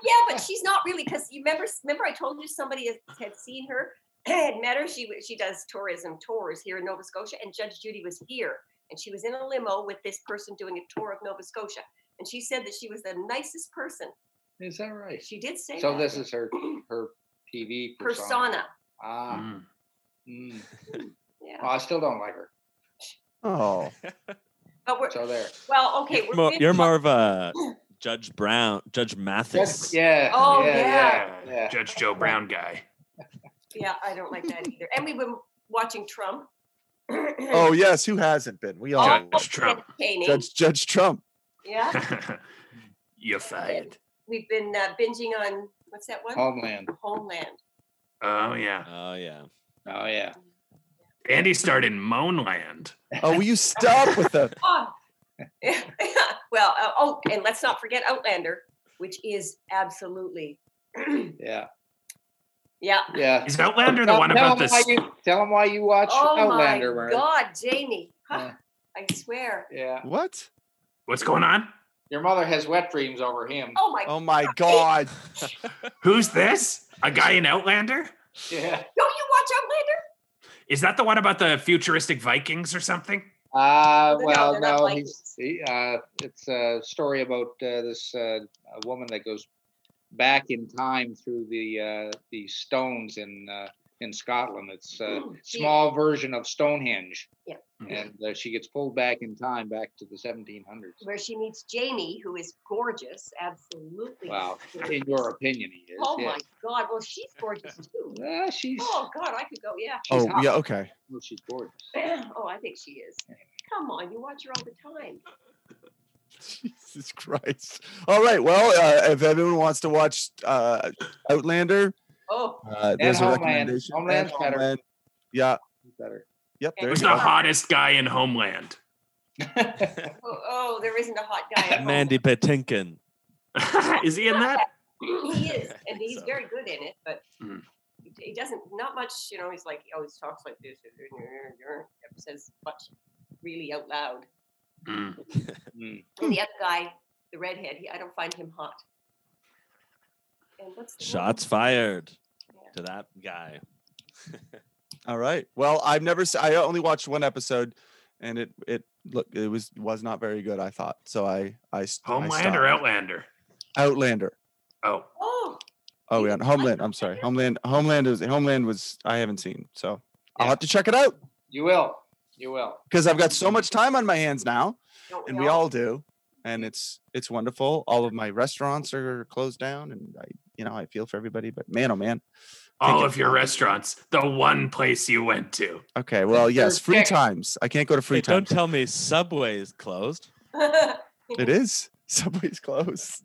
D: yeah, but she's not really because you remember. Remember, I told you somebody has- had seen her, had met her. She she does tourism tours here in Nova Scotia, and Judge Judy was here, and she was in a limo with this person doing a tour of Nova Scotia, and she said that she was the nicest person.
E: Is that right?
D: She did say
E: So
D: that.
E: this is her her TV persona.
D: persona. Uh,
E: Ah,
A: Mm.
E: mm.
D: Yeah,
E: Well, I still don't like her.
C: Oh.
D: but we're
E: So there.
D: well. Okay, we're
B: Mo-
D: fin-
B: you're more of a Judge Brown, Judge Mathis.
E: That's, yeah.
D: Oh,
E: yeah.
D: yeah.
A: Yeah,
E: yeah.
A: Judge Joe Brown guy.
D: Yeah, I don't like that either. And we've been watching Trump.
C: Oh, yes. Who hasn't been?
E: Oh,
C: We all
A: Judge
C: know.
A: Trump.
D: Entertaining.
C: Judge Judge Trump.
D: Yeah.
A: You're fired.
D: We've been uh, binging on what's that one?
E: Homeland.
D: Homeland.
A: Oh, yeah.
B: Oh yeah.
E: Oh yeah.
A: Andy starred in Moanland.
C: Oh, will you stop with the
D: Oh. well, uh, oh, and let's not forget Outlander, which is absolutely,
E: Yeah.
D: yeah.
E: Yeah.
A: Is Outlander the one about
E: them
A: this?
E: why you, tell them why you watch
D: Oh
E: Outlander.
D: my
E: Murray.
D: God, Jamie! Huh,
E: Yeah.
D: I swear.
E: Yeah.
C: what?
A: What's going on?
E: Your mother has wet dreams over him.
D: Oh my!
C: Oh my God!
A: Who's this? A guy in Outlander?
E: Yeah.
D: Don't you watch Outlander?
A: Is that the one about the futuristic Vikings or something?
E: Uh,
D: No, they're
E: well,
D: not
E: no,
D: like
E: he's, he, uh, it's a story about uh, this uh, a woman that goes back in time through the uh, the stones in uh, in Scotland. It's a
D: Ooh, gee.
E: small version of Stonehenge,
D: Yeah.
E: and uh, she gets pulled back in time back to the 1700s.
D: Where she meets Jamie, who is gorgeous, absolutely.
E: Wow,
D: gorgeous.
E: in your opinion, he is.
D: Oh
E: yeah.
D: my God! Well, she's gorgeous too.
E: Yeah, she's,
D: Oh God, I could go. Yeah.
E: she's
C: Oh
E: hot.
C: yeah. Okay.
E: Oh, she's gorgeous.
D: oh, I think she is. Come on, you watch her all the time.
C: Jesus Christ. All right. Well, uh, if anyone wants to watch uh, Outlander,
D: Oh,
C: uh, there's a
E: Homeland.
C: recommendation.
E: Homeland's better.
C: Yeah.
E: She's better.
C: Yep. There
A: Who's
C: you
A: the
C: go.
A: hottest guy in Homeland?
D: oh, oh, there isn't a hot guy. at home.
B: Mandy Patinkin.
A: Is he in that?
D: he is,
B: I
D: and
B: think
D: he's
B: so.
D: very good in it, but
C: Hmm.
A: Mm.
D: he- he doesn't. Not much, you know. He's like he always talks like this, says much really out loud.
C: Hmm.
A: Mm.
E: Mm.
D: And the other guy, the redhead, he, I don't find him hot. And what's the woman?
B: Shots fired to that guy.
C: All right. Well, I've never. se- I only watched one episode, and it it look it was was not very good. I thought so. I I s- I
A: Homeland
C: stopped.
A: or Outlander?
C: Outlander.
A: Oh,
D: Oh,
C: Oh yeah, Homeland. I'm sorry. Homeland. Homeland is Homeland was I haven't seen, so I'll
E: Yeah.
C: have to check it out
E: You will. You will.
C: because I've got so much time on my hands now,
D: don't
C: and we all do, and it's it's wonderful. All of my restaurants are closed down, and I you know I feel for everybody, but man, oh man.
A: all
C: you.
A: of your restaurants, the one place you went to.
C: Okay, well yes, free
E: Perfect.
C: times. I can't go to free
B: Hey, don't
C: times.
B: tell me Subway is closed.
C: It is Subway's closed.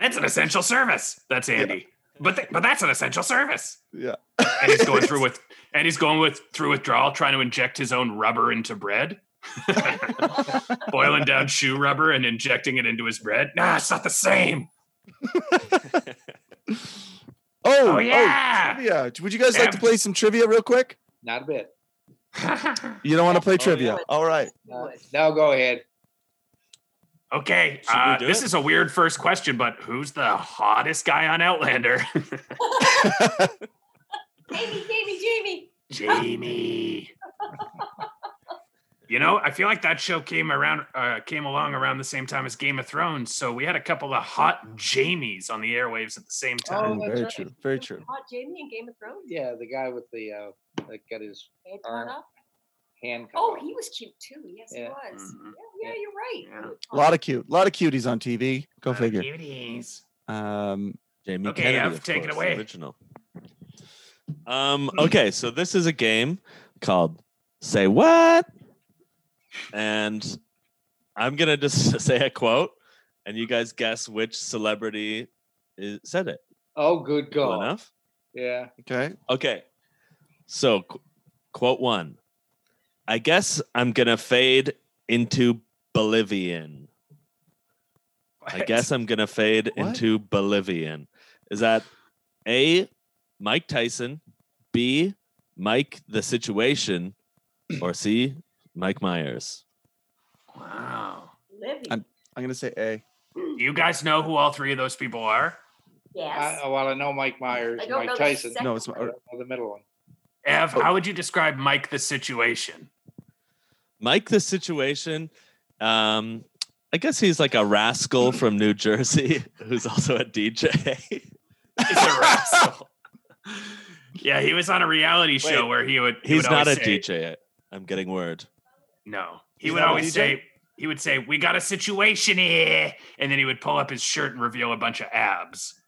A: That's an essential service. That's Andy. But th- but that's an essential service.
C: Yeah.
A: And he's going through with and he's going with through withdrawal, trying to inject his own rubber into bread. Boiling down shoe rubber and injecting it into his bread. Nah, it's not the same.
C: Oh,
A: Oh, yeah.
C: trivia. Would you guys like to
A: Yeah.
C: play some trivia real quick?
E: Not a bit.
C: You don't want
A: Oh,
C: to play
B: yeah.
C: trivia. All right.
E: Uh, no, go ahead.
A: okay.
B: Should we
A: uh,
B: do
A: this
B: it?
A: is a weird first question, but who's the hottest guy on Outlander?
D: Jamie, Jamie, Jamie.
A: Jamie. you know, I feel like that show came around, uh, came along around the same time as Game of Thrones. So we had a couple of hot Jamies on the airwaves at the same time.
E: Oh, that's
C: very
E: right.
C: true. Very true.
D: Hot Jamie in Game of Thrones.
E: Yeah, the guy with the uh, that got his
D: Head
E: Arm.
D: cut up.
E: hand cut
D: Oh,
E: off.
D: he was cute too. Yes,
E: Yeah.
D: he was.
C: Mm-hmm.
A: Mhm.
D: Yeah, yeah,
E: Yeah.
D: you're right.
A: Yeah.
D: He was hot.
C: A lot of cute. A lot of cuties on TV. Go
A: Uh,
C: figure.
A: cuties.
C: Um,
B: Jamie
A: Okay,
B: Kennedy,
A: Ev,
B: of
A: take it
B: course, the
A: away.
B: Original. Um, okay, so this is a game called Say What? And I'm going to just say a quote, and you guys guess which celebrity is, said it.
E: Oh, good
B: Cool
E: God.
B: enough?
E: Yeah.
C: okay.
B: Okay. So, qu- quote one I guess I'm going to fade into Bolivian. I guess I'm gonna fade
C: What?
B: into Bolivian. Is that A Mike Tyson, B Mike the situation, or C Mike Myers?
A: Wow.
D: Livy.
C: I'm- I'm gonna say A.
A: You guys know who all three of those people are?
D: yes.
E: I, well, I know Mike Myers,
D: I don't know
E: Mike
D: the
E: Tyson.
D: second
C: No, it's my,
D: one.
E: I
C: or-
E: don't know the middle one.
A: Ev,
B: Oh.
A: how would you describe Mike the situation?
B: Mike the situation. Um, I guess he's like a rascal from New Jersey who's also a DJ.
A: He's a rascal. yeah, he was on a reality show
B: Wait,
A: where he would. he
B: He's
A: would
B: not a
A: always say-
B: DJ. I'm getting word.
A: No. He
C: He's
A: would
C: not a
A: always
C: DJ?
A: say, he would say, We got a situation here. And then he would pull up his shirt and reveal a bunch of abs.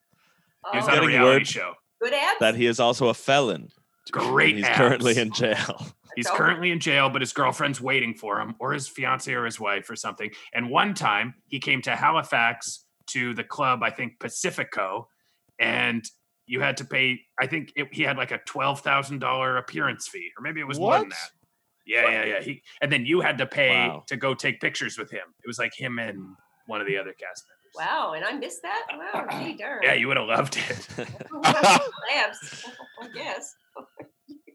A: He was
D: Oh,
A: on a
B: Getting
A: reality
B: word
A: show.
D: good abs.
B: That he is also a felon.
A: Great
B: He's
A: abs.
B: currently in jail.
A: He's
D: So-
A: currently in jail, but his girlfriend's waiting for him, or his fiance or his wife or something. And one time he came to Halifax to the club, I think Pacifico, and you had to pay, I think it, he had like a $12,000 appearance fee, or maybe it was more than
C: What?
A: that. Yeah, yeah, yeah. He, and then you had to pay
B: Wow. Hmm.
A: to go take pictures with him. It was like him and one of the other cast members.
D: wow, and I missed that. Wow, gee darn.
A: Yeah, you would have loved it.
D: abs. I guess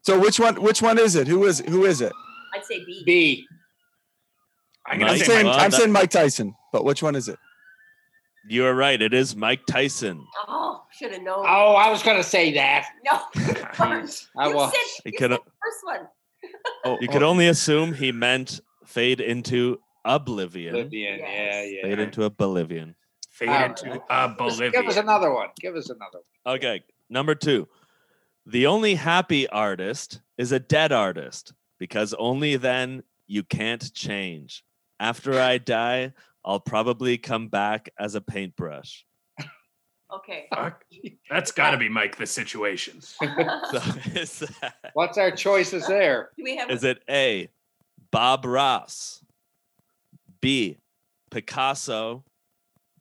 C: So which one? Which one is it? Who is? Who is it?
D: I'd say B.
E: B.
A: I'm
B: Mike
A: gonna
C: I'm
B: Nice.
A: say
C: saying.
A: my,
B: Well,
C: I'm
B: that-
C: saying Mike Tyson. But which one is it?
B: You are right. It is Mike Tyson.
D: Oh, should have known.
E: Oh, I was going to say that.
D: No, aren't.
E: I
D: you
E: was.
D: said,
B: It
D: you said
B: could-
D: the first one.
C: Oh,
B: You could only assume he meant fade into oblivion.
E: Oblivion. Yeah,
D: Yes.
E: yeah.
B: Fade into a Bolivian.
A: fade
E: Um,
A: into a
E: Just
A: Bolivia.
E: Give us another one. Give us another
B: Okay, number two. The only happy artist is a dead artist because only then you can't change. After I die, I'll probably come back as a paintbrush.
D: Okay.
A: Fuck. That's got to be Mike the situation.
B: So
D: Do
B: is, that,
E: one. What's our choices there?
D: we have?
B: is it A, Bob Ross, B, Picasso,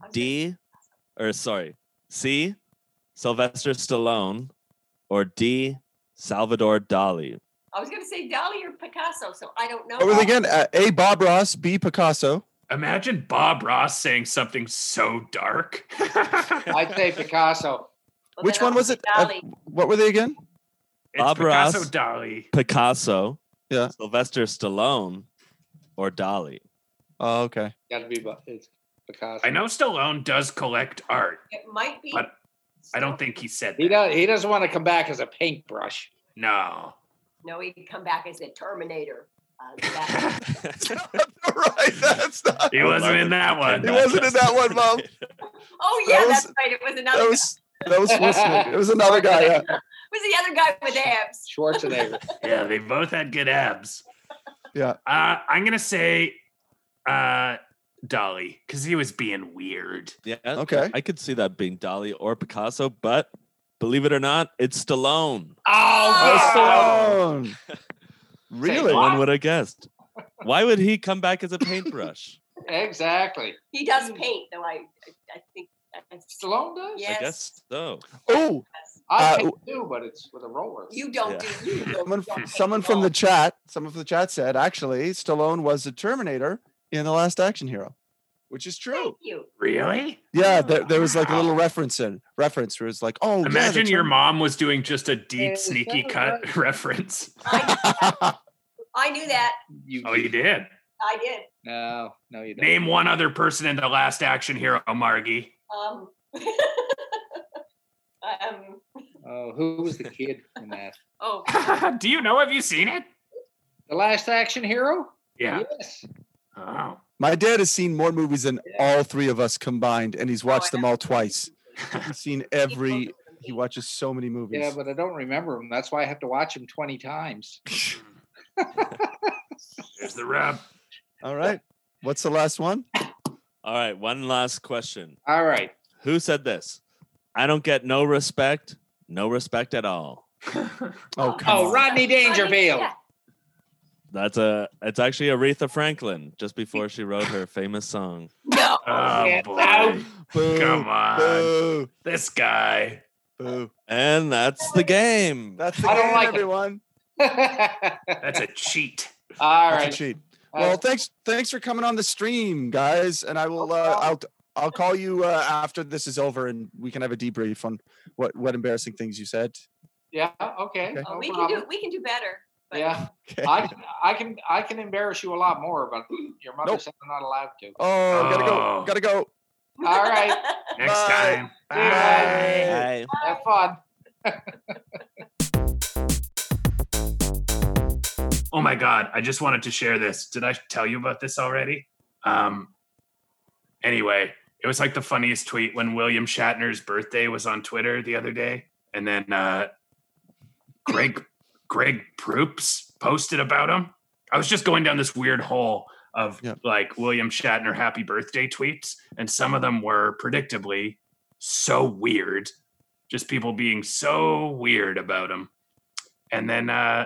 D: I'm
B: D, or sorry, C, Sylvester Stallone, or D, Salvador Dali.
D: I was going to say Dali or Picasso, so I don't know.
C: What was it again? Uh, a Bob Ross. B Picasso.
A: Imagine Bob Ross saying something so dark.
E: I'd say Picasso.
D: Well,
C: Which
D: then
C: one
D: I'll
C: was
D: say
C: it? Uh,
D: Dali.
C: What were they again?
A: It's
B: Bob
A: Picasso
B: Ross.
A: Dolly.
B: Picasso,
C: Yeah.
B: Sylvester Stallone, or Dolly.
C: Oh, okay.
E: Got to be, bu- it's Picasso.
A: I know Stallone does collect art.
D: It might be.
A: But I don't think he said
E: He
A: that.
E: does. He doesn't want to come back as a paintbrush.
A: No.
D: No, he'd come back as a Terminator. Uh, that-
C: right. That's not.
A: He wasn't in that one.
C: He wasn't in that one, Mom.
D: oh
C: That
D: yeah,
C: was-
D: that's right. It was another.
C: That
D: guy.
C: was that was Will Smith. It was another guy. Yeah.
D: It was the other guy with abs?
E: Schwarzenegger.
A: Yeah, they both had good abs.
C: Yeah.
A: Uh, I'm gonna say uh, Dolly because he was being weird.
B: Yeah.
C: Okay.
B: I could see that being Dolly or Picasso, but believe it or not, it's Stallone.
A: Oh,
C: Stallone. Really?
B: No one would have guessed. Why would he come back as a paintbrush?
E: exactly. Hmm.
D: He does paint, though. I, I think. that's-
E: Stallone does.
D: Yes.
B: I guess so.
C: Oh,
E: I
C: Uh,
E: paint too, but it's with a roller.
D: You don't
B: Yeah.
D: do. You
E: Hmm.
D: don't,
C: someone,
D: you don't paint
C: someone
D: at
C: from
D: all.
C: the chat. Someone from the chat said actually, Stallone was a Terminator in the Last Action Hero, which is true.
E: Oh.
D: Thank you.
A: really?
C: Yeah, there, there was like a
A: Wow.
C: little reference in reference where it's like, oh, yeah,
A: Imagine
C: the
A: your mom was doing just a
E: Yeah,
A: deep, sneaky
E: that
A: cut reference.
D: I,
C: Terminator."
D: I knew that.
E: You,
A: Oh, you did.
D: I did.
E: No, no, you don't.
A: Name one other person in the last action hero, Margie.
D: Um, um,
E: Oh, who was the kid in that?
D: oh,
A: Do you know? Have you seen it?
E: The Last Action Hero.
A: Yeah.
E: Yes.
A: Oh.
C: My dad has seen more movies than all three of us combined, and he's
D: Oh, I
C: watched them
D: have-
C: all twice. He's seen every. He watches so many movies.
E: Yeah, but I don't remember him. That's why I have to watch him twenty times.
A: There's the rub.
C: all right, what's the last one?
B: All right, one last question.
D: Uh,
E: All right.
B: Who said this? I don't get no respect, no respect at all.
C: Oh, come
E: Oh,
C: on.
E: Rodney Dangerfield.
D: yeah.
B: That's a it's actually Aretha Franklin just before she wrote her famous song.
D: No.
A: Oh
E: Yeah.
A: boy.
C: Boo,
A: Come on.
C: boo,
A: This guy.
C: boo.
B: And that's the game.
C: That's the
E: I don't
C: game,
E: like it.
C: everyone.
A: That's a cheat.
E: All
C: That's a
E: right.
C: cheat.
E: Uh,
C: Well, thanks, thanks for coming on the stream, guys. And I will, uh, I'll, I'll call you uh, after this is over, and we can have a debrief on what what embarrassing things you said.
E: yeah. Okay.
C: Okay.
E: no
D: Oh, we can
E: problem.
D: do. We can do better. but-
E: Yeah,
C: Okay.
E: I can, I can, I can embarrass you a lot more, but your mother
C: Nope.
E: said I'm not allowed to.
C: Oh, gotta go,
A: Oh.
C: gotta go.
E: All right.
A: Next
C: Bye.
A: time.
E: Bye.
B: Hi.
E: Have fun.
A: Oh my god, I just wanted to share this. Did I tell you about this already? Um anyway, it was like the funniest tweet when William Shatner's birthday was on Twitter the other day and then uh Greg Greg Proops posted about him. I was just going down this weird hole of
C: Yeah.
A: like William Shatner happy birthday tweets and some of them were predictably so weird. Just people being so weird about him. And then uh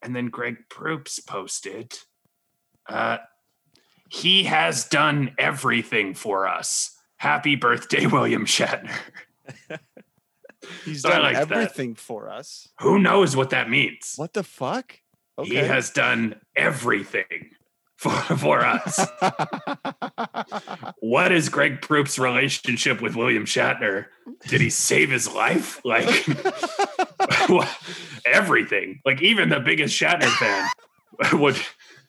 A: and then Greg Proops posted, uh, he has done everything for us. Happy birthday, William Shatner.
C: He's
A: So I
C: done
A: like that.
C: everything for us.
A: Who knows what that means?
C: What the fuck?
A: He has done everything for, for us. what is Greg Proop's relationship with William Shatner? Did he save his life? Like what- everything. Like even the biggest Shatner fan would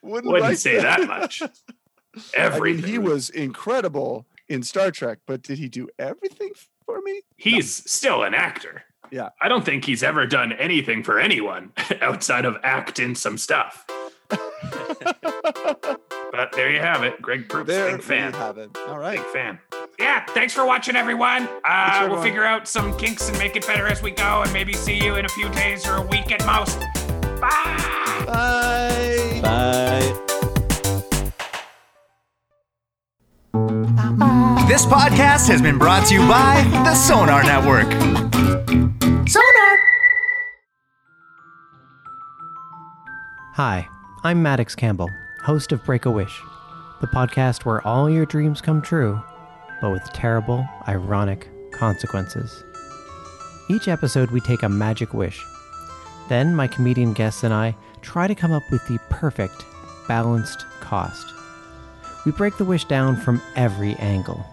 C: Wouldn't,
A: wouldn't
C: like
A: say that much.
C: I mean,
A: Everything.
C: he was incredible in Star Trek, but did he do everything for me?
A: he's still an actor.
C: Yeah.
A: I don't think he's ever done anything for anyone outside of act in some stuff. but there you have it. Greg Proops,
C: There
A: big
C: we
A: fan.
C: have it. All
A: Big
C: right.
A: fan. Yeah, thanks for watching, everyone.
C: Thanks,
A: Uh,
C: everyone.
A: we'll figure out some kinks and make it better as we go, and maybe see you in a few days or a week at most. Bye!
C: Bye.
B: Bye.
F: This podcast has been brought to you by the Sonar Network.
G: Hi, I'm Maddox Campbell, host of Break a Wish, the podcast where all your dreams come true, but with terrible, ironic consequences. Each episode, we take a magic wish. Then, my comedian guests and I try to come up with the perfect, balanced cost. We break the wish down from every angle.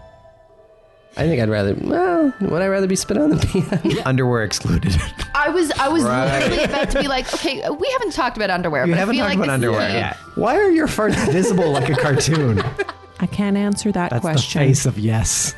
H: I think I'd rather. Well, would I rather be spit on than pee on?
B: Underwear excluded.
I: I was I was
B: Right.
I: literally about to be like, okay, uh, we haven't talked about underwear.
B: You
I: but
B: haven't
I: I feel
B: talked
I: like
B: about
I: this is
B: underwear
I: a-
B: yet. Why are your farts visible like a cartoon?
D: I can't answer that
B: That's
D: question.
B: the face of yes.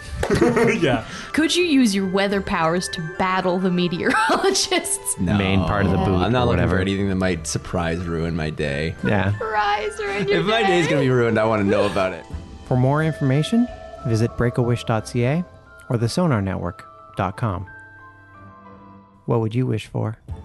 B: yeah.
D: Could you use your weather powers to battle the meteorologists?
B: Main part of the boot
H: I'm
B: or
H: not looking
B: whatever.
H: for anything that might surprise ruin my day.
B: Yeah.
D: Rise or in your
H: If my day's gonna be ruined, I want to know about it.
B: For more information, visit breakawish.ca or thesonarnetwork.com. What would you wish for?